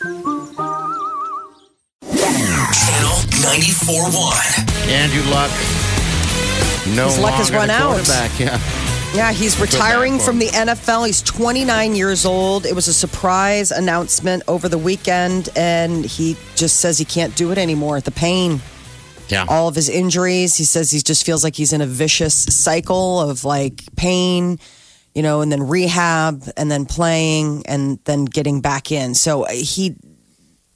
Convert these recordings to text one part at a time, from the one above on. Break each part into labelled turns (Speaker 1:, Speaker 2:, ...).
Speaker 1: Channel 94.1.
Speaker 2: Andrew Luck. No
Speaker 3: His luck has
Speaker 2: longer
Speaker 3: run
Speaker 2: the
Speaker 3: out.
Speaker 2: quarterback, Yeah.
Speaker 3: Yeah, he's retiring from the NFL. He's 29 years old. It was a surprise announcement over the weekend, and he just says he can't do it anymore. The pain,
Speaker 2: Yeah.
Speaker 3: all of his injuries. He says he just feels like he's in a vicious cycle of like pain, you know, and then rehab, and then playing, and then getting back in. So uh, he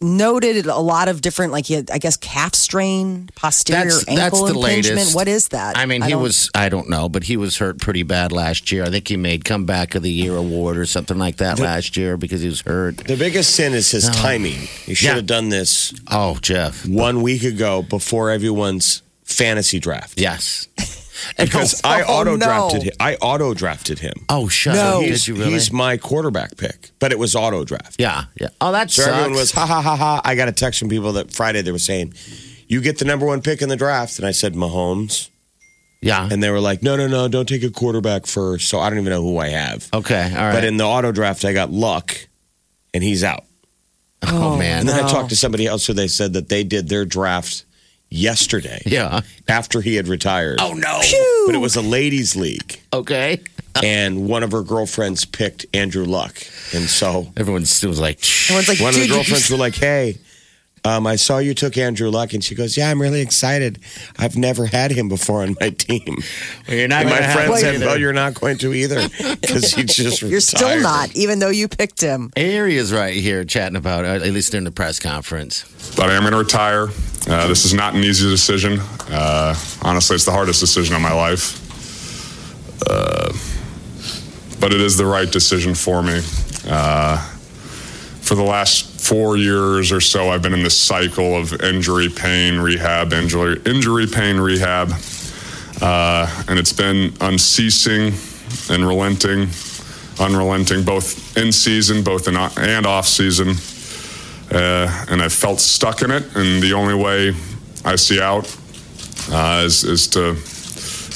Speaker 3: noted a lot of different, like he had, I guess, calf strain, posterior
Speaker 2: that's that's
Speaker 3: ankle
Speaker 2: the
Speaker 3: impingement.
Speaker 2: latest.
Speaker 3: What is that?
Speaker 2: I mean, he
Speaker 3: don't-
Speaker 2: was I don't know, but he was hurt pretty bad last year. I think he made comeback of the year award or something like that last year because he was hurt.
Speaker 4: The biggest sin is his timing. He should
Speaker 2: Yeah.
Speaker 4: have done this
Speaker 2: Oh, Jeff.
Speaker 4: one week ago before everyone's fantasy draft.
Speaker 2: Yes.
Speaker 4: Because
Speaker 2: oh,
Speaker 4: I
Speaker 3: Oh,
Speaker 4: auto drafted
Speaker 3: no.
Speaker 4: him. I auto drafted him.
Speaker 2: oh, shut
Speaker 3: No.
Speaker 2: up.
Speaker 4: He's,
Speaker 2: Did you really?
Speaker 4: he's my quarterback pick, but it was auto draft.
Speaker 2: yeah, yeah. Oh, that
Speaker 4: So
Speaker 2: sucks.
Speaker 4: everyone was ha ha ha ha. I got a text from people that Friday they were saying, "You get the number one pick in the draft," and I said Mahomes,
Speaker 2: yeah.
Speaker 4: and they were like, "No, no, no, don't take a quarterback first. So I don't even know who I have.
Speaker 2: okay, all right.
Speaker 4: But in the auto draft, I got Luck, and he's out.
Speaker 2: oh man.
Speaker 4: And then I talked to somebody else who they said that they did their draft yesterday
Speaker 2: yeah.
Speaker 4: after he had retired.
Speaker 2: Oh no.
Speaker 4: But it was a ladies' league,
Speaker 2: Okay.
Speaker 4: and one of her girlfriends picked Andrew Luck, and so
Speaker 2: Everyone still was like,
Speaker 3: Everyone's like,
Speaker 4: one of the
Speaker 3: dude, you
Speaker 4: girlfriends
Speaker 3: just-
Speaker 4: were like, "Hey, um, I saw you took Andrew Luck," and she goes, "Yeah, I'm really excited. I've never had him before on my team.
Speaker 2: well, you're not
Speaker 4: And my
Speaker 2: gonna have
Speaker 4: friends
Speaker 2: it
Speaker 4: said,
Speaker 2: either.
Speaker 4: "No, you're not going to either because he just
Speaker 3: You're still
Speaker 4: retired.
Speaker 3: not, even though you picked him.
Speaker 2: Aria's right here chatting about it, at least during the press conference.
Speaker 5: but I am going to retire. Uh, this is not an easy decision. Uh, honestly, it's the hardest decision of my life. Uh, but it is the right decision for me. Uh, for the last four years or so, I've been in this cycle of injury, pain, rehab, injury, injury, pain, rehab, uh, and it's been unceasing and relenting, unrelenting, both in season, both in and off season uh, and I felt stuck in it. And the only way I see out uh, is, is to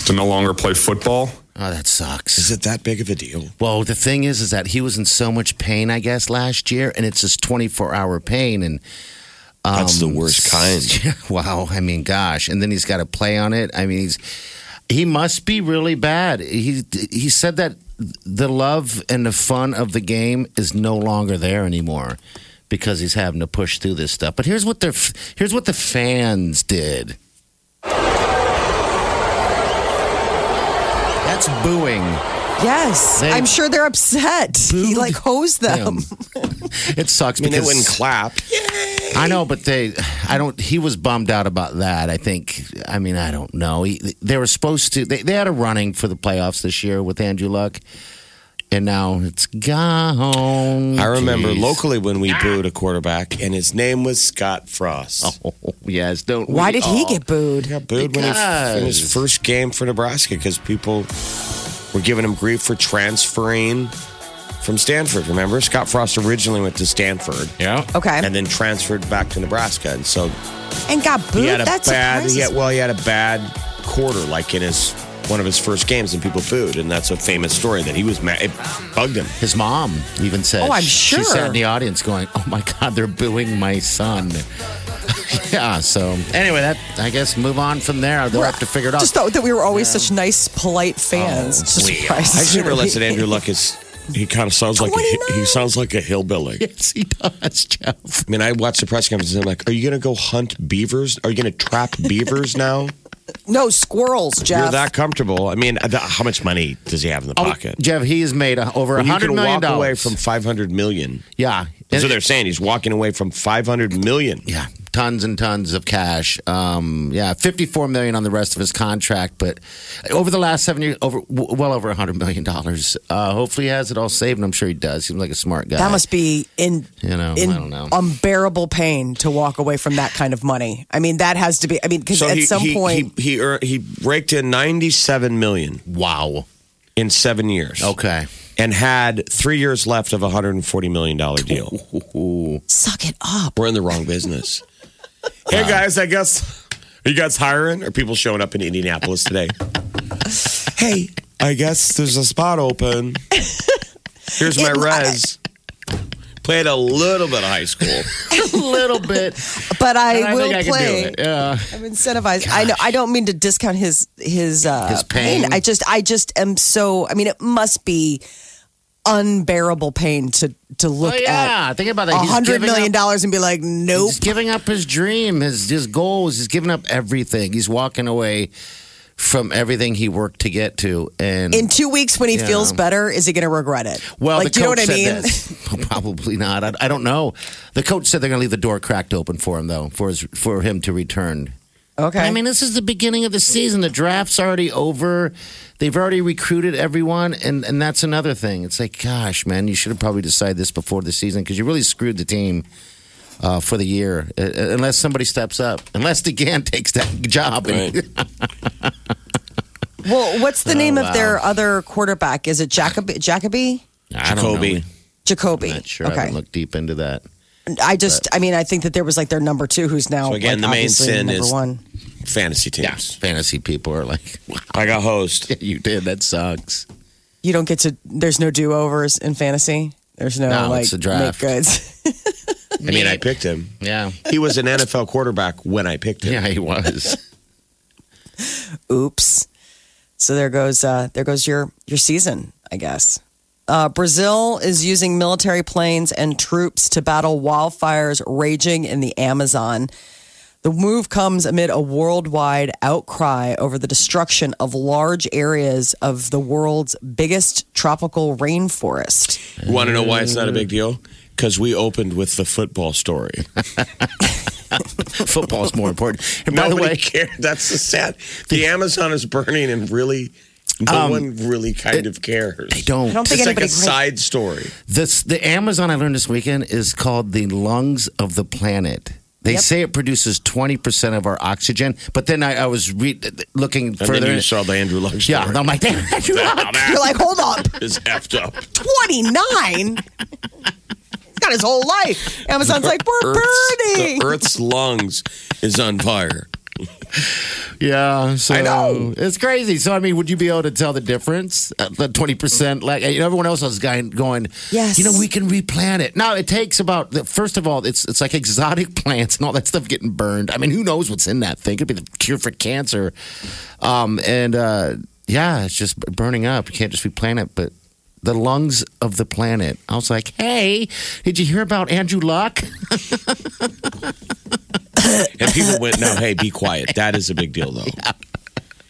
Speaker 5: to no longer play football.
Speaker 2: Oh, that sucks.
Speaker 4: Is it that big of a deal?
Speaker 2: Well, the thing is, is that he was in so much pain, I guess, last year, and it's this 24 hour pain. And
Speaker 4: That's the worst kind.
Speaker 2: wow, I mean, gosh. And then he's got to play on it. I mean, he's he must be really bad. He he said that the love and the fun of the game is no longer there anymore because he's having to push through this stuff. But here's what their here's what the fans did. That's booing.
Speaker 3: Yes,
Speaker 2: They
Speaker 3: I'm sure they're upset. He
Speaker 2: booed
Speaker 3: like hosed them.
Speaker 2: It sucks
Speaker 4: I mean, they
Speaker 2: because
Speaker 4: wouldn't clap.
Speaker 2: I know, but they, I don't. He was bummed out about that. I think. I mean, I don't know. He, they were supposed to. They, they had a running for the playoffs this year with Andrew Luck, and now it's gone.
Speaker 4: I remember
Speaker 2: Oh, Jeez. Ah.
Speaker 4: locally when we booed a quarterback, and his name was Scott Frost.
Speaker 2: Oh, yes, don't.
Speaker 3: Why
Speaker 2: we
Speaker 3: did he
Speaker 2: all?
Speaker 3: get booed?
Speaker 4: He got booed when he, in
Speaker 2: Because-
Speaker 4: his first game for Nebraska because people were giving him grief for transferring from Stanford. Remember, Scott Frost originally went to Stanford
Speaker 2: Yeah.
Speaker 3: Okay,
Speaker 4: and then transferred back to Nebraska, and so
Speaker 3: and got
Speaker 4: he
Speaker 3: booed.
Speaker 4: had a
Speaker 3: That's
Speaker 4: bad. He
Speaker 3: surprises
Speaker 4: had, well, he had a bad quarter, like in his one of his first games, and people booed, and that's a famous story that he was mad. It bugged him.
Speaker 2: His mom even said.
Speaker 3: Oh, I'm
Speaker 2: She sat in
Speaker 3: sure.
Speaker 2: the audience going, "Oh my God, they're booing my son." yeah. So anyway, that I guess move on from there. They'll have to figure it out.
Speaker 3: Just thought that we were always such nice, polite fans. It's just surprises
Speaker 4: I just didn't
Speaker 3: me.
Speaker 4: realize that Andrew Luck is. He kind of sounds like a,
Speaker 3: 29.
Speaker 4: he sounds like a hillbilly.
Speaker 2: yes, he does, Jeff.
Speaker 4: I mean, I watched the press conference and I'm like, are you going to go hunt beavers? Are you going to trap beavers now?
Speaker 3: No squirrels, Jeff.
Speaker 4: You're that comfortable. I mean, th- how much money does he have in the pocket?
Speaker 2: Oh, Jeff, he has made a, over a
Speaker 4: When you
Speaker 2: hundred
Speaker 4: can
Speaker 2: million
Speaker 4: walk
Speaker 2: dollars.
Speaker 4: away from 500 million.
Speaker 2: yeah,
Speaker 4: That's what
Speaker 2: And-
Speaker 4: they're saying. He's walking away from 500 million.
Speaker 2: yeah. tons and tons of cash. Um, yeah, fifty-four million on the rest of his contract, but over the last seven years, over w- well over hundred million dollars. Uh, hopefully, he has it all saved. and I'm sure he does. Seems like a smart guy.
Speaker 3: That must be in,
Speaker 2: You know, I
Speaker 3: in
Speaker 2: don't know.
Speaker 3: unbearable pain to walk away from that kind of money. I mean, that has to be. I mean, because
Speaker 4: So
Speaker 3: at
Speaker 4: he,
Speaker 3: some
Speaker 4: he,
Speaker 3: point,
Speaker 4: he he ear- he raked in ninety seven million
Speaker 2: wow.
Speaker 4: in seven years.
Speaker 2: Okay.
Speaker 4: and had three years left of a hundred and forty million dollar deal.
Speaker 3: suck it up.
Speaker 4: We're in the wrong business. Uh, hey guys, I guess are you guys hiring? Are people showing up in Indianapolis today? hey, I guess there's a spot open. Here's my res. Played a little bit of high school.
Speaker 2: a little bit.
Speaker 3: But I,
Speaker 2: I
Speaker 3: will
Speaker 2: think I
Speaker 3: play.
Speaker 2: can do it. Yeah.
Speaker 3: I'm incentivized. I know. I don't mean to discount his his uh,
Speaker 2: His pain.
Speaker 3: I just I just am so. I mean, it must be unbearable pain to to look
Speaker 2: Oh, yeah.
Speaker 3: at
Speaker 2: Think about that.
Speaker 3: a
Speaker 2: He's
Speaker 3: hundred
Speaker 2: giving
Speaker 3: million
Speaker 2: up-
Speaker 3: dollars and be like, nope.
Speaker 2: He's giving up his dream, his his goals. He's giving up everything. He's walking away from everything he worked to get to. And
Speaker 3: In two weeks, when he
Speaker 2: Yeah.
Speaker 3: feels better, is he going to regret it?
Speaker 2: well,
Speaker 3: like,
Speaker 2: the
Speaker 3: do you know
Speaker 2: coach
Speaker 3: what I mean?
Speaker 2: said this. Probably not. I, I don't know. The coach said they're going to leave the door cracked open for him, though, for his for him to return.
Speaker 3: Okay.
Speaker 2: I mean, this is the beginning of the season. The draft's already over. They've already recruited everyone, and and that's another thing. It's like, gosh, man, you should have probably decided this before the season because you really screwed the team uh, for the year. Uh, unless somebody steps up, unless DeGan takes that job. And,
Speaker 3: well, what's the name
Speaker 2: Oh, wow.
Speaker 3: of their other quarterback? Is it Jacoby? Jacoby?
Speaker 2: I don't know.
Speaker 4: Jacoby.
Speaker 3: Jacoby.
Speaker 2: I'm not sure. I
Speaker 3: Okay.
Speaker 2: haven't looked deep into that.
Speaker 3: I just, I mean, I think that there was like their number two, who's now
Speaker 4: So
Speaker 3: like,
Speaker 4: again, the main
Speaker 3: obviously
Speaker 4: sin
Speaker 3: number
Speaker 4: is-
Speaker 3: one.
Speaker 4: Fantasy teams.
Speaker 2: Fantasy people are like, wow,
Speaker 4: I got host.
Speaker 2: you did. That sucks.
Speaker 3: You don't get to. There's no do overs in fantasy. There's no,
Speaker 2: No,
Speaker 3: like
Speaker 2: it's a draft.
Speaker 3: make goods.
Speaker 4: I mean, I picked him.
Speaker 2: Yeah.
Speaker 4: He was an NFL quarterback when I picked him.
Speaker 2: Yeah, he was.
Speaker 3: Oops. So there goes uh, there goes your your season, I guess. Uh, Brazil is using military planes and troops to battle wildfires raging in the Amazon. The move comes amid a worldwide outcry over the destruction of large areas of the world's biggest tropical rainforest.
Speaker 4: You want to know why it's not a big deal? Because we opened with the football story.
Speaker 2: Football's more important. And by the
Speaker 4: Nobody
Speaker 2: way,
Speaker 4: cared. That's the sad. The Amazon is burning, and really, no one really kind of cares.
Speaker 2: Um, they don't.
Speaker 3: I don't think
Speaker 4: It's like
Speaker 3: anybody
Speaker 4: a side story.
Speaker 2: This the Amazon I learned this weekend is called the lungs of the planet. They say it produces twenty percent of our oxygen, but then I, I was re- looking
Speaker 4: And
Speaker 2: further.
Speaker 4: then you saw the Andrew Luck story.
Speaker 2: yeah, and I'm like, damn, Andrew Luck.
Speaker 3: You're like, hold up.
Speaker 4: is effed up.
Speaker 3: 29. He's got his whole life. Amazon's like, we're
Speaker 4: Earth's,
Speaker 3: burning.
Speaker 4: the Earth's lungs is on fire.
Speaker 2: Yeah, so
Speaker 4: I know.
Speaker 2: it's crazy. So I mean, would you be able to tell the difference? Uh, the twenty percent, like you know, everyone else was guy- going.
Speaker 3: Yes.
Speaker 2: you know, we can replant it. Now it takes about the, first of all, it's it's like exotic plants and all that stuff getting burned. I mean, who knows what's in that thing? It could be the cure for cancer. Um, and uh, yeah, it's just burning up. You can't just replant it, but. The lungs of the planet. I was like, "Hey, did you hear about Andrew Luck?"
Speaker 4: And people went, no, hey, be quiet. That is a big deal, though.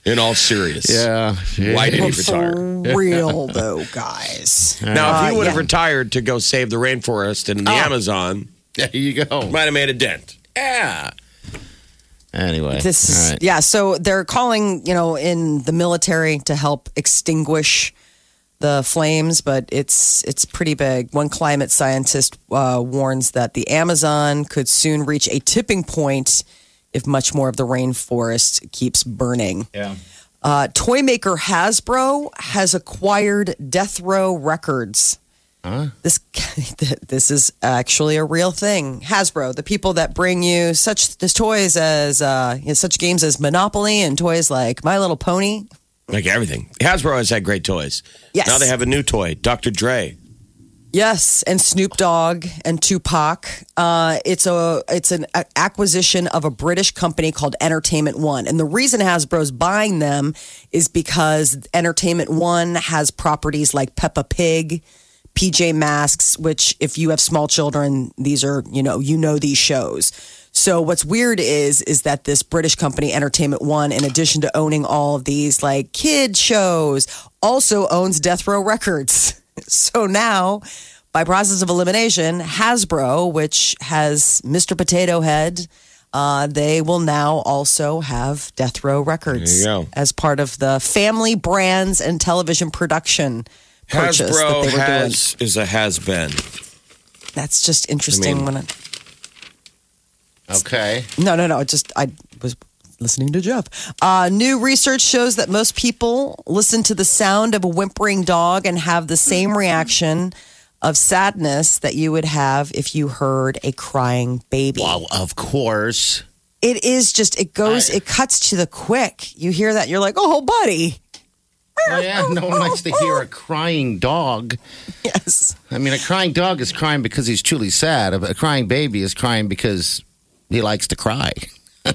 Speaker 4: In all seriousness. Why
Speaker 2: Oh,
Speaker 4: did he retire?
Speaker 3: For real, though, guys.
Speaker 4: Now, if he
Speaker 3: Uh,
Speaker 4: would have
Speaker 3: yeah.
Speaker 4: retired to go save the rainforest and the
Speaker 2: Oh.
Speaker 4: Amazon,
Speaker 2: There you go.
Speaker 4: might have made a dent.
Speaker 2: Yeah. Anyway,
Speaker 3: This is,
Speaker 2: all right.
Speaker 3: yeah, so they're calling, you know, in the military to help extinguish the flames, but it's it's pretty big. One climate scientist uh, warns that the Amazon could soon reach a tipping point if much more of the rainforest keeps burning. Uh, toy maker Hasbro has acquired Death Row Records. This this is actually a real thing. Hasbro, the people that bring you such this toys as uh, you know, such games as Monopoly and toys like My Little Pony.
Speaker 4: Like everything. Hasbro has had great toys.
Speaker 3: Yes.
Speaker 4: Now they have a new toy, Dr. Dre.
Speaker 3: Yes, and Snoop Dogg and Tupac. Uh, it's a it's an a- acquisition of a British company called Entertainment One, and the reason Hasbro's buying them is because Entertainment One has properties like Peppa Pig, PJ Masks, which if you have small children, these are you know you know these shows. So what's weird is is that this British company Entertainment One, in addition to owning all of these like kid shows, also owns Death Row Records. So now, by process of elimination, Hasbro, which has Mr. Potato Head, Uh, they will now also have death row records
Speaker 4: There you go.
Speaker 3: as part of the family brands and television production purchase that
Speaker 4: Hasbro
Speaker 3: they were doing.
Speaker 4: has, is a has been.
Speaker 3: That's just interesting.
Speaker 4: I mean-
Speaker 3: when I,
Speaker 2: Okay.
Speaker 3: No, no, no. it Just I was listening to Jeff. Uh, new research shows that most people listen to the sound of a whimpering dog and have the same reaction of sadness that you would have if you heard a crying baby.
Speaker 2: Well, of course.
Speaker 3: It is just it goes it cuts to the quick. You hear that you're like, "Oh, buddy."
Speaker 2: Oh, yeah, no one likes to hear a crying dog.
Speaker 3: Yes.
Speaker 2: I mean, a crying dog is crying because he's truly sad. A a crying baby is crying because he likes to cry. I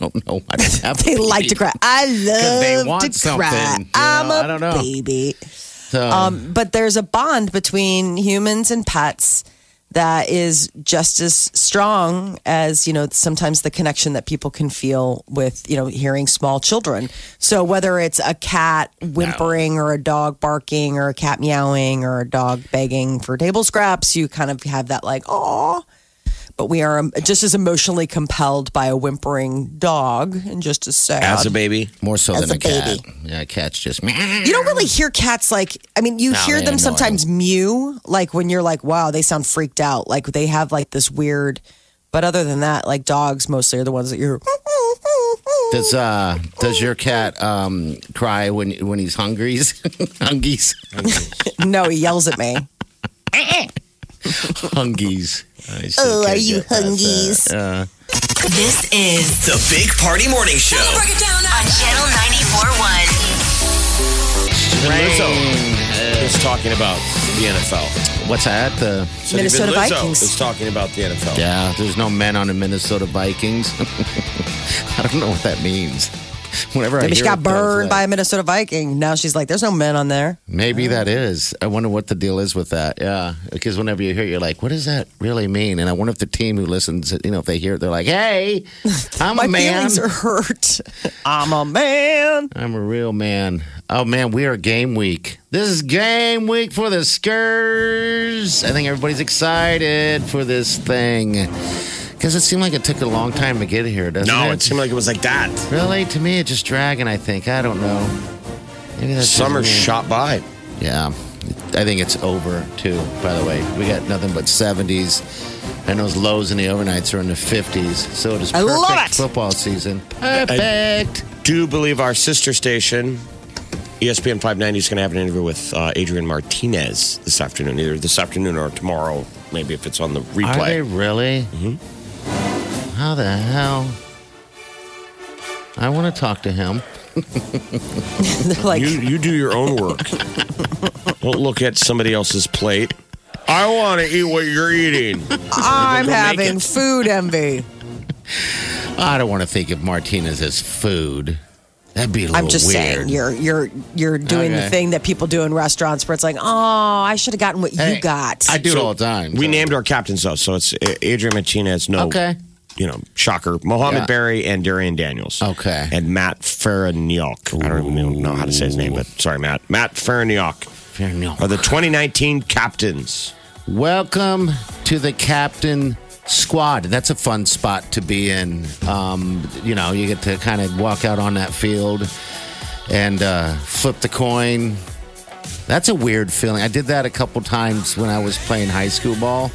Speaker 2: don't know why that's happening.
Speaker 3: They like to cry. I love
Speaker 2: they want
Speaker 3: to cry.
Speaker 2: something, you
Speaker 3: I'm
Speaker 2: know,
Speaker 3: a
Speaker 2: I don't know.
Speaker 3: baby.
Speaker 2: So,
Speaker 3: Um, but there's a bond between humans and pets that is just as strong as you know sometimes the connection that people can feel with you know hearing small children so whether it's a cat whimpering or a dog barking or a cat meowing or a dog begging for table scraps you kind of have that like oh but we are um, just as emotionally compelled by a whimpering dog and just as sad
Speaker 4: As a baby.
Speaker 2: more so
Speaker 3: as
Speaker 2: than a,
Speaker 3: a
Speaker 2: cat.
Speaker 3: baby.
Speaker 2: Yeah, cats just.
Speaker 3: you don't really hear cats like I mean you
Speaker 2: No,
Speaker 3: hear
Speaker 2: they're
Speaker 3: them sometimes mew like when you're like wow they sound freaked out like they have like this weird but other than that like dogs mostly are the ones that you're
Speaker 2: Does uh does your cat um cry when when he's hungry? hungies,
Speaker 3: no he yells at me
Speaker 2: hungies. I still
Speaker 3: oh are
Speaker 2: can't
Speaker 3: you
Speaker 2: get past
Speaker 3: hungies
Speaker 2: that. Uh,
Speaker 6: This is
Speaker 1: The Big Party Morning Show.
Speaker 6: on Channel 94.1.
Speaker 4: Is talking about the NFL.
Speaker 2: what's that? uh, The
Speaker 4: So even
Speaker 3: Minnesota
Speaker 4: Lizzo
Speaker 3: Vikings.
Speaker 4: Is talking about the NFL.
Speaker 2: yeah. There's no men on the Minnesota Vikings. I don't know what that means. Whenever I
Speaker 3: maybe she
Speaker 2: hear
Speaker 3: got
Speaker 2: it, but I was
Speaker 3: burned by
Speaker 2: like,
Speaker 3: a Minnesota Viking now she's like there's no men on there
Speaker 2: Maybe that is. I wonder what the deal is with that. Yeah, because whenever you hear, it, you're like, what does that really mean? And I wonder if the team who listens, you know, if they hear it, they're like, hey, I'm
Speaker 3: my
Speaker 2: a man.
Speaker 3: feelings are hurt I'm a man
Speaker 2: I'm a real man. Oh man, we are game week. This is game week for the Skurs. I think everybody's excited for this thing because it seemed like it took a long time to get here, doesn't
Speaker 4: No,
Speaker 2: it?
Speaker 4: it seemed like it was like that.
Speaker 2: really to me it's just dragging. I think I don't know. Maybe that's just
Speaker 4: Summer
Speaker 2: me.
Speaker 4: shot by.
Speaker 2: Yeah, I think it's over too. By the way, we got nothing but 70s, and those lows in the overnights are in the 50s. So it is
Speaker 3: I
Speaker 2: perfect
Speaker 3: love it.
Speaker 2: football season. Perfect.
Speaker 4: Do believe our sister station, E ESPN 590, is going to have an interview with uh, Adrian Martinez this afternoon, either this afternoon or tomorrow, maybe if it's on the
Speaker 2: Are they
Speaker 4: replay. Mm-hmm.
Speaker 2: really? How the hell? I want to talk to him.
Speaker 3: they're like
Speaker 4: You, you do your own work. Don't look at somebody else's plate. I want to eat what you're eating.
Speaker 3: I'm
Speaker 4: Go make
Speaker 3: having
Speaker 4: it.
Speaker 3: food envy
Speaker 2: I don't want to think of Martinez as food. That'd be a little
Speaker 3: I'm just
Speaker 2: weird.
Speaker 3: saying you're you're you're doing the
Speaker 2: Okay.
Speaker 3: thing that people do in restaurants where it's like, oh, I should have gotten what
Speaker 2: Hey,
Speaker 3: you got.
Speaker 2: I do it
Speaker 4: So
Speaker 2: all the time.
Speaker 4: We
Speaker 2: so-
Speaker 4: named our captains though, so it's uh, Adrian Martinez. No,
Speaker 2: Okay.
Speaker 4: you know, shocker. Mohammed
Speaker 2: Yeah.
Speaker 4: Berry and Darian Daniels.
Speaker 2: Okay.
Speaker 4: and Matt Faraniok. I don't even know how to say his name, but sorry, Matt. Matt Faraniok
Speaker 2: Fair enough.
Speaker 4: are the 2019 captains.
Speaker 2: Welcome to the captain squad. That's a fun spot to be in. Um, you know, you get to kind of walk out on that field and uh, flip the coin. That's a weird feeling. I did that a couple times when I was playing high school ball.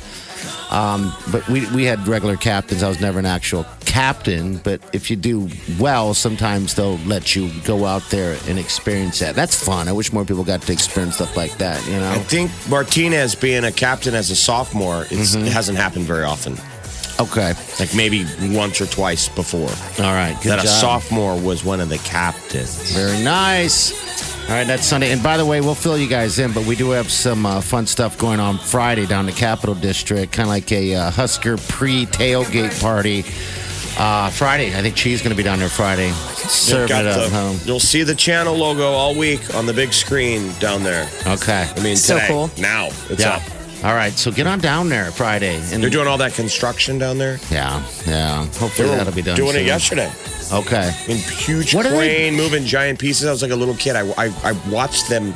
Speaker 2: Um, but we, we had regular captains. I was never an actual captain. But if you do well, sometimes they'll let you go out there and experience that. That's fun. I wish more people got to experience stuff like that, you
Speaker 4: I
Speaker 2: know?
Speaker 4: think Martinez being a captain as a sophomore, it's,
Speaker 2: Mm-hmm.
Speaker 4: it hasn't happened very often.
Speaker 2: Okay.
Speaker 4: Like maybe once or twice before
Speaker 2: All right. Good
Speaker 4: that a
Speaker 2: job.
Speaker 4: sophomore was one of the captains.
Speaker 2: Very nice. All right, that's Sunday. And by the way, we'll fill you guys in, but we do have some uh, fun stuff going on Friday down the Capitol District, kind of like a uh, Husker pre tailgate party. Uh, Friday, I think she's going to be down there Friday, serving
Speaker 4: Got
Speaker 2: it up.
Speaker 4: the-
Speaker 2: huh?
Speaker 4: You'll see the channel logo all week on the big screen down there.
Speaker 2: Okay.
Speaker 4: I mean,
Speaker 3: So
Speaker 4: today,
Speaker 3: cool.
Speaker 4: now it's
Speaker 2: yeah.
Speaker 4: up.
Speaker 2: All right, so get on down there Friday. And
Speaker 4: They're doing all that construction down there.
Speaker 2: yeah, yeah.
Speaker 4: They
Speaker 2: Hopefully
Speaker 4: were
Speaker 2: that'll be done.
Speaker 4: doing
Speaker 2: soon.
Speaker 4: it yesterday.
Speaker 2: Okay.
Speaker 4: I mean, huge
Speaker 2: What are they-
Speaker 4: crane moving giant pieces. I was like a little kid. I, I, I watched them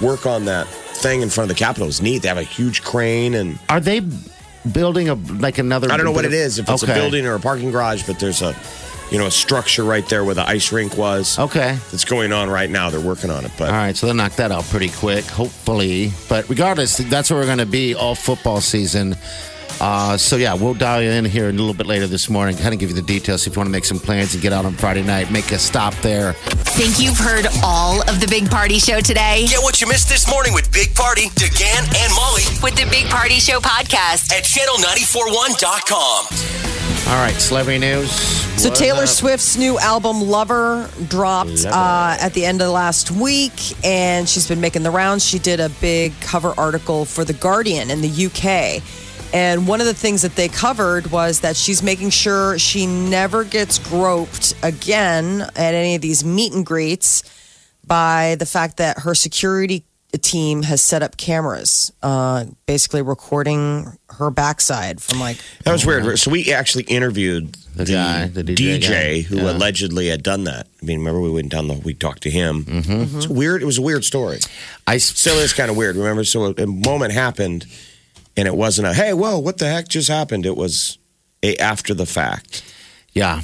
Speaker 4: work on that thing in front of the Capitol. It was neat. They have a huge crane and
Speaker 2: Are they building a like another.
Speaker 4: I don't know what
Speaker 2: bit
Speaker 4: it
Speaker 2: of-
Speaker 4: is, if it's
Speaker 2: Okay.
Speaker 4: a building or a parking garage, but there's a, you know, a structure right there where the ice rink was.
Speaker 2: Okay.
Speaker 4: That's going on right now. They're working on it, but
Speaker 2: Oh. All right, so they'll knock that out pretty quick, hopefully. But regardless, that's where we're going to be all football season. Uh, so yeah, we'll dial you in here a little bit later this morning, kind of give you the details if you want to make some plans and get out on Friday night, make a stop there.
Speaker 6: Think you've heard all of the Big Party Show today?
Speaker 1: Get what you missed this morning with Big Party, DeGan, and Molly
Speaker 6: With the Big Party Show podcast.
Speaker 1: at channel941.com.
Speaker 2: All right, celebrity news.
Speaker 3: So
Speaker 2: What
Speaker 3: Taylor
Speaker 2: up?
Speaker 3: Swift's new album Lover dropped
Speaker 4: Lover.
Speaker 3: uh, at the end of last week, and she's been making the rounds. She did a big cover article for The Guardian in the UK. And one of the things that they covered was that she's making sure she never gets groped again at any of these meet and greets by the fact that her security team has set up cameras, uh, basically recording her backside from like
Speaker 4: that was weird. So we actually interviewed the,
Speaker 2: guy, the DJ
Speaker 4: DJ,
Speaker 2: guy.
Speaker 4: who allegedly had done that. I mean, remember we went down the, we talked to him. Mm-hmm. It's weird. It was a weird story.
Speaker 2: I
Speaker 4: Still is kind of weird. Remember, so a, a moment happened, and it wasn't a hey, whoa, what the heck just happened? It was a after the fact.
Speaker 2: yeah,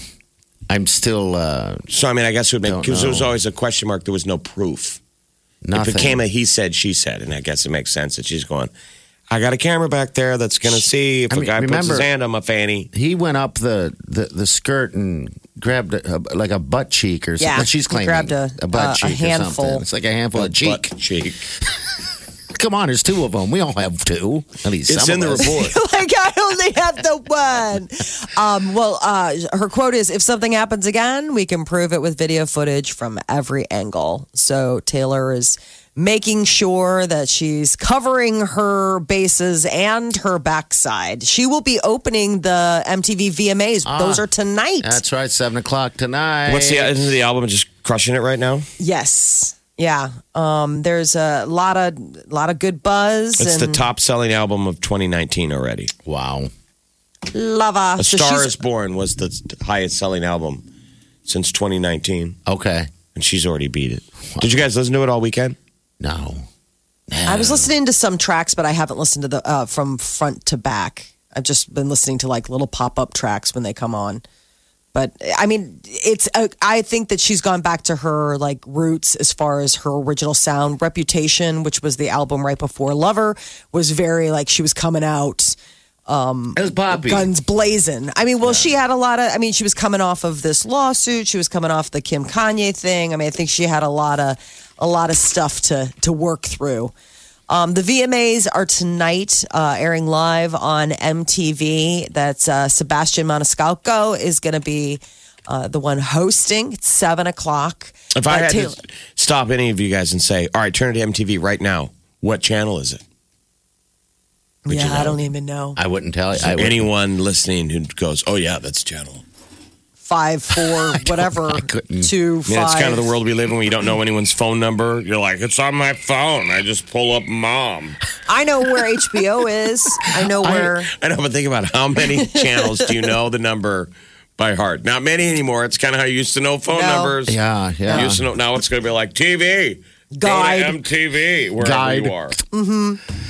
Speaker 2: I'm still uh,
Speaker 4: So I mean, I guess it would make
Speaker 2: Don't
Speaker 4: because there was
Speaker 2: know.
Speaker 4: always a question mark. There was no proof.
Speaker 2: nothing.
Speaker 4: It became a he said, she said, and I guess it makes sense that she's going. I got a camera back there that's going to see if
Speaker 2: I
Speaker 4: a
Speaker 2: mean,
Speaker 4: guy puts his
Speaker 2: remember-
Speaker 4: hand on my fanny.
Speaker 2: he went up the, the, the skirt and grabbed a, a- like a butt cheek or something.
Speaker 3: Yeah,
Speaker 2: She's
Speaker 3: he
Speaker 2: claiming
Speaker 3: grabbed a-
Speaker 2: butt
Speaker 3: a- a
Speaker 2: cheek or
Speaker 3: handful.
Speaker 2: something. It's like a handful of cheek.
Speaker 4: Butt cheek.
Speaker 2: Come on, there's two of them. We all have two. At least
Speaker 4: It's
Speaker 2: some
Speaker 4: in the
Speaker 2: of us.
Speaker 4: report.
Speaker 3: like I only have the one. Um, well, uh, her quote is, "If something happens again, we can prove it with video footage from every angle." So Taylor is making sure that she's covering her bases and her backside. She will be opening the MTV VMAs.
Speaker 4: Ah,
Speaker 3: Those are tonight.
Speaker 2: That's right, seven o'clock tonight.
Speaker 4: What's the isn't the album just crushing it right now?
Speaker 3: yes. Yeah, um, there's a lot of lot of good buzz
Speaker 4: It's the
Speaker 3: and
Speaker 4: top selling album of 2019 already.
Speaker 2: wow?
Speaker 3: lava.
Speaker 4: A
Speaker 3: Oh, So
Speaker 4: Star
Speaker 3: she's-
Speaker 4: Is Born was the highest selling album since 2019,
Speaker 2: Okay,
Speaker 4: and she's already beat it. Did you guys listen to it all weekend?
Speaker 2: no.
Speaker 3: I was listening to some tracks, but I haven't listened to the uh, from front to back. I've just been listening to like little pop up tracks when they come on. But I mean, it's uh, I think that she's gone back to her like roots as far as her original sound. Reputation, which was the album right before Lover, was very like she was coming out
Speaker 2: It was Bobby.
Speaker 3: guns blazing. I mean, well, she had a lot of. I mean, she was coming off of this lawsuit. She was coming off the Kim Kanye thing. I mean, I think she had a lot of a lot of stuff to to work through. Um, the VMAs are tonight, uh, airing live on MTV. That's uh, Sebastian Maniscalco is going to be uh, the one hosting. It's seven o'clock.
Speaker 4: If I
Speaker 3: Uh,
Speaker 4: had
Speaker 3: Taylor-
Speaker 4: to stop any of you guys and say, "All right, turn it to MTV right now," what channel is it? Would you
Speaker 3: yeah, I
Speaker 4: know?
Speaker 3: don't even know.
Speaker 2: I wouldn't tell you. I wouldn't.
Speaker 4: Anyone listening who goes, "Oh yeah, that's channel."
Speaker 3: Five, four, whatever.
Speaker 2: I couldn't.
Speaker 3: Two,
Speaker 4: I mean, it's
Speaker 3: five.
Speaker 4: kind of the world we live in. When you don't know anyone's phone number, you're like, "It's on my phone." I just pull up mom.
Speaker 3: I know where HBO is. I know where.
Speaker 4: I know, but think about it. how many channels do you know the number by heart? Not many anymore. It's kind of how you used to know phone
Speaker 3: No.
Speaker 4: numbers.
Speaker 2: Yeah, yeah.
Speaker 4: You used to know. Now it's going to be like TV.
Speaker 3: Guide.
Speaker 4: Go to MTV wherever
Speaker 2: Guide.
Speaker 4: you are.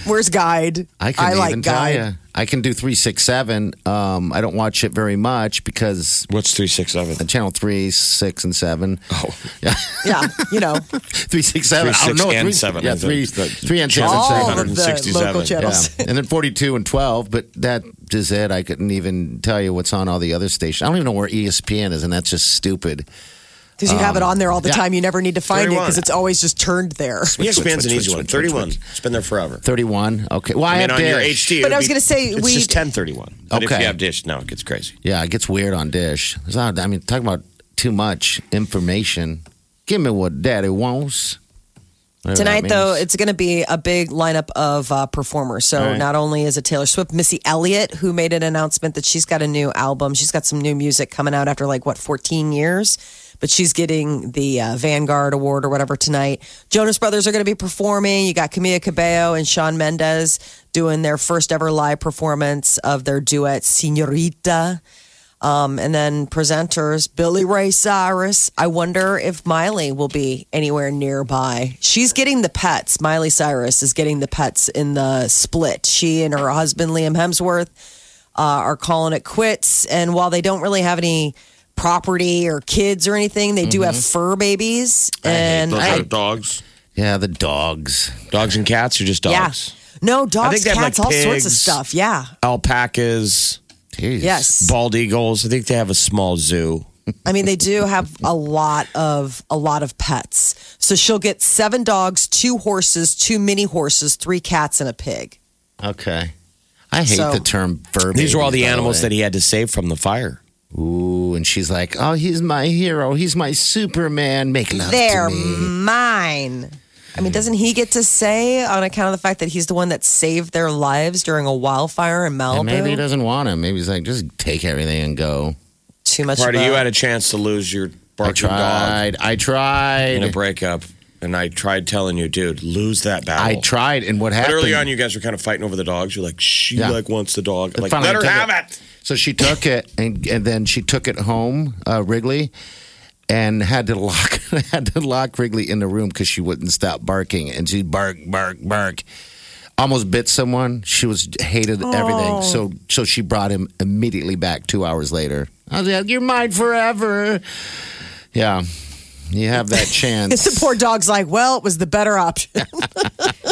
Speaker 3: Where's Guide?
Speaker 2: I can
Speaker 3: like
Speaker 2: even
Speaker 3: Guide.
Speaker 2: tell you. I can do three six seven. Um, I don't watch it very much because
Speaker 4: What's three six seven?
Speaker 2: channel three, six, and seven.
Speaker 4: Oh,
Speaker 3: Yeah, you know,
Speaker 2: Three six seven.
Speaker 4: Three,
Speaker 2: I don't know,
Speaker 4: six, and
Speaker 2: three-
Speaker 4: seven,
Speaker 2: Yeah,
Speaker 4: I
Speaker 2: three,
Speaker 4: think.
Speaker 2: three and six and
Speaker 3: all
Speaker 2: seven.
Speaker 3: of the
Speaker 4: 767,
Speaker 3: local
Speaker 4: yeah.
Speaker 2: Yeah.
Speaker 3: channels.
Speaker 2: and then 42 and 12, but that is it. I couldn't even tell you what's on all the other stations. I don't even know where E ESPN is, and that's just stupid.
Speaker 3: Because you have it on there all the
Speaker 2: Um, yeah.
Speaker 3: time. You never need to find it
Speaker 4: 31.
Speaker 3: because it's always just turned there.
Speaker 4: ESPN's
Speaker 2: switch,
Speaker 4: an
Speaker 2: switch,
Speaker 4: easy one.
Speaker 2: switch,
Speaker 4: Thirty
Speaker 2: switch,
Speaker 4: one. It's been there forever.
Speaker 2: 31. Okay. Well, I,
Speaker 4: I mean,
Speaker 2: have
Speaker 4: on your
Speaker 2: Dish.
Speaker 4: HD. it
Speaker 3: But
Speaker 4: would
Speaker 3: I was
Speaker 4: be-
Speaker 3: gonna say,
Speaker 4: it's
Speaker 3: we-
Speaker 4: just ten thirty one. But if
Speaker 2: Okay.
Speaker 4: you have Dish, now it gets crazy.
Speaker 2: Yeah, it gets weird on Dish. It's not, I mean, talking about too much information. Give me what daddy wants. Whatever that
Speaker 3: Tonight, though,
Speaker 2: means.
Speaker 3: it's going to be a big lineup of uh, performers. So,
Speaker 2: right.
Speaker 3: not only is it Taylor Swift, Missy Elliott, who made an announcement that she's got a new album. She's got some new music coming out after like, what, 14 years? But she's getting the uh, Vanguard Award or whatever tonight. Jonas Brothers are going to be performing. You got Camila Cabello and Sean Mendez doing their first ever live performance of their duet, Senorita. Um, and then presenters, Billy Ray Cyrus. I wonder if Miley will be anywhere nearby. She's getting the pets. Miley Cyrus is getting the pets in the split. She and her husband, Liam Hemsworth, uh, are calling it quits. And while they don't really have any property or kids or anything, they do have fur babies. and
Speaker 4: Mm-hmm. Those
Speaker 3: I-
Speaker 4: are dogs.
Speaker 2: Yeah, the dogs.
Speaker 4: Dogs and cats are just dogs.
Speaker 3: yeah. No, dogs,
Speaker 4: they have,
Speaker 3: cats,
Speaker 4: like,
Speaker 3: all sorts of
Speaker 4: pigs.
Speaker 3: stuff. Yeah.
Speaker 4: Alpacas,
Speaker 2: Jeez.
Speaker 3: Yes.
Speaker 4: bald eagles. I think they have a small zoo.
Speaker 3: I mean, they do have a lot of a lot of pets. So she'll get seven dogs, two horses, two mini horses, three cats, and a pig.
Speaker 2: Okay. I hate
Speaker 3: So-
Speaker 2: the term verb.
Speaker 4: These were all the animals that he had to save from the fire.
Speaker 2: Ooh, and she's like, "Oh, he's my hero. He's my Superman. Make love
Speaker 3: They're
Speaker 2: to me."
Speaker 3: mine. I mean, doesn't he get to say on account of the fact that he's the one that saved their lives during a wildfire in Malibu?
Speaker 2: And maybe he doesn't want him. Maybe he's like, "Just take everything and go."
Speaker 3: Too much.
Speaker 4: Party,
Speaker 3: of a-
Speaker 4: you had a chance to lose your
Speaker 2: I
Speaker 4: barking dog
Speaker 2: tried. I tried.
Speaker 4: in a breakup, and I tried telling you, dude, lose that battle.
Speaker 2: I tried, and what
Speaker 4: But
Speaker 2: happened?
Speaker 4: early on, you guys were kind of fighting over the dogs. You're like, she
Speaker 2: Yeah.
Speaker 4: like wants the dog. Like,
Speaker 2: Finally
Speaker 4: let her
Speaker 2: took
Speaker 4: have
Speaker 2: it.
Speaker 4: it.
Speaker 2: So she took it, and and then she took it home, uh, Wrigley, and had to lock had to lock Wrigley in the room because she wouldn't stop barking, and she bark, bark, bark. Almost bit someone. She was hated everything. So so she brought him immediately back two hours later. I was like, "You're mine forever." Yeah, you have that chance.
Speaker 3: the poor dog's like, well, it was the better option.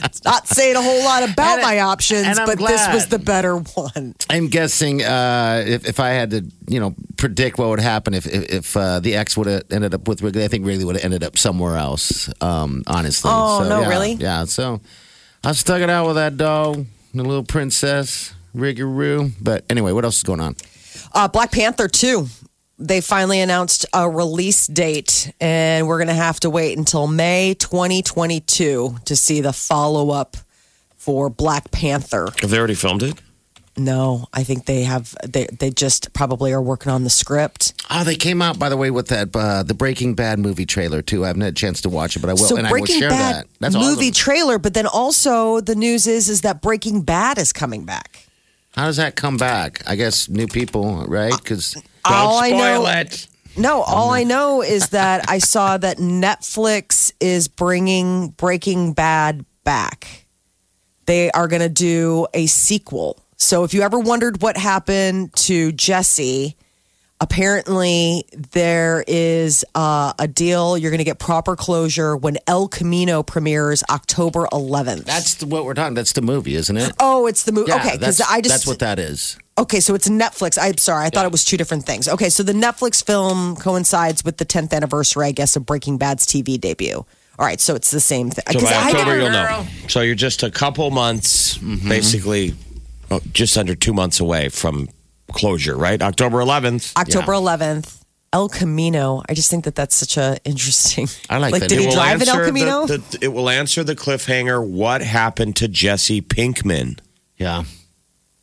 Speaker 3: It's not saying a whole lot about
Speaker 2: And I-
Speaker 3: my options,
Speaker 2: and I'm
Speaker 3: but this
Speaker 2: glad.
Speaker 3: was the better one.
Speaker 2: I'm guessing uh, if, if I had to, you know, predict what would happen if if, if uh, the ex would have ended up with Wrigley, I think Wrigley would have ended up somewhere else. Um, honestly.
Speaker 3: Oh, no,
Speaker 2: yeah,
Speaker 3: really?
Speaker 2: Yeah. So I stuck it out with that dog, the little princess, Riggaroo. But anyway, what else is going on?
Speaker 3: Uh, Black Panther 2. They finally announced a release date, and we're going to have to wait until May 2022 to see the follow up for Black Panther.
Speaker 4: Have they already filmed it?
Speaker 3: No, I think they have, they, they just probably are working on the script.
Speaker 2: Oh, they came out by the way with that uh, the Breaking Bad movie trailer too. I haven't had a chance to watch it, but I will,
Speaker 3: so
Speaker 2: and I will
Speaker 3: Breaking
Speaker 2: share that.
Speaker 3: Bad
Speaker 2: That's
Speaker 3: movie
Speaker 2: awesome.
Speaker 3: trailer, but then also the news is is that Breaking Bad is coming back.
Speaker 2: How does that come back? I guess new people, right?
Speaker 3: Uh,
Speaker 2: Because
Speaker 3: all
Speaker 4: Don't spoil
Speaker 3: I know,
Speaker 4: it.
Speaker 3: No, all I know is that I saw that Netflix is bringing Breaking Bad back. They are going to do a sequel. So if you ever wondered what happened to Jesse, apparently there is uh, a deal. You're going to get proper closure when El Camino premieres October 11th.
Speaker 2: that's the, what we're talking. That's the movie, isn't it?
Speaker 3: oh, it's the movie.
Speaker 2: Yeah,
Speaker 3: okay, because
Speaker 2: that's-
Speaker 3: I just
Speaker 2: that's what that is.
Speaker 3: Okay, so it's Netflix. I'm sorry, I thought it was two different things. Okay, so the Netflix film coincides with the 10th anniversary, I guess, of Breaking Bad's TV debut. All right, so it's the same thing.
Speaker 4: So
Speaker 3: 'Cause
Speaker 4: by
Speaker 3: I
Speaker 4: October,
Speaker 3: never-
Speaker 4: you'll know. So you're just a couple months, basically, oh, just under two months away from closure, right? October 11th.
Speaker 3: October 11th, El Camino. I just think that that's such a interesting.
Speaker 2: I like that
Speaker 3: Did
Speaker 2: It
Speaker 3: he
Speaker 2: will
Speaker 3: drive in El
Speaker 4: answer the-
Speaker 3: Camino?
Speaker 4: the- it will answer the cliffhanger. What happened to Jesse Pinkman?
Speaker 2: Yeah.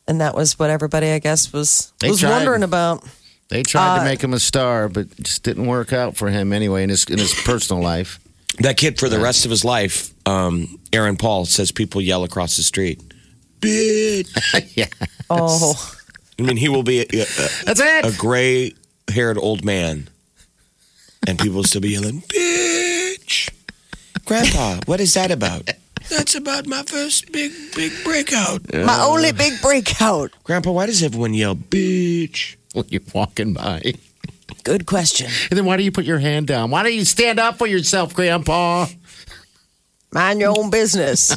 Speaker 3: and that was what everybody, I guess, was
Speaker 2: They
Speaker 3: was
Speaker 2: tried.
Speaker 3: wondering about.
Speaker 2: They tried
Speaker 3: Uh,
Speaker 2: to make him a star, but it just didn't work out for him anyway in his in his personal life.
Speaker 4: That kid for the rest of his life, um, Aaron Paul says people yell across the street. Bitch.
Speaker 3: Oh,
Speaker 4: I mean, he will be a,
Speaker 2: That's it.
Speaker 4: a gray haired old man, and people will still be yelling, Bitch. Grandpa, what is that about? That's about my first big, big breakout.
Speaker 3: my only big breakout.
Speaker 4: Grandpa, why does everyone yell, Bitch?
Speaker 2: When you're walking by, and
Speaker 3: Good question.
Speaker 2: then why do you put your hand down? Why don't you stand up for yourself, Grandpa?
Speaker 3: Mind your own business.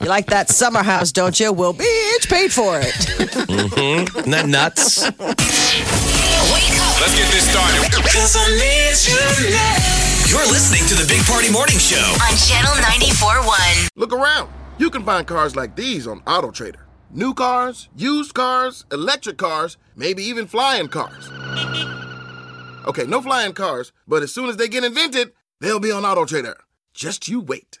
Speaker 3: you like that summer house, don't you? Well, bitch, paid for it.
Speaker 4: Isn't that nuts?
Speaker 1: Let's get this started. You're listening to the Big Party Morning Show.
Speaker 6: On Channel 94.1.
Speaker 7: Look around. You can find cars like these on AutoTrader. New cars, used cars, electric cars, maybe even flying cars. Okay, no flying cars, but as soon as they get invented, they'll be on AutoTrader. Just you wait.